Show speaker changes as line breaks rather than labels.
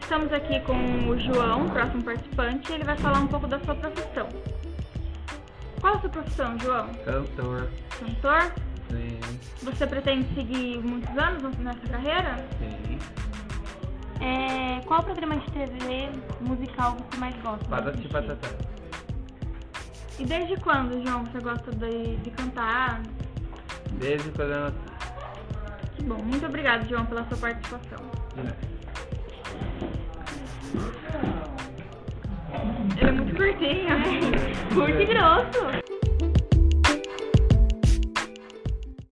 estamos aqui com o João, o próximo participante, e ele vai falar um pouco da sua profissão. Qual a sua profissão, João?
Cantor.
Cantor?
Sim,
Você pretende seguir muitos anos nessa carreira?
sim.
É, qual programa de TV musical você mais gosta? de
Patati
assistir?
patatá.
E desde quando, João, você gosta de, de cantar?
Desde quando eu nasci.
Que bom. Muito obrigada, João, pela sua participação. Ele é muito curtinho, né? Curto e grosso.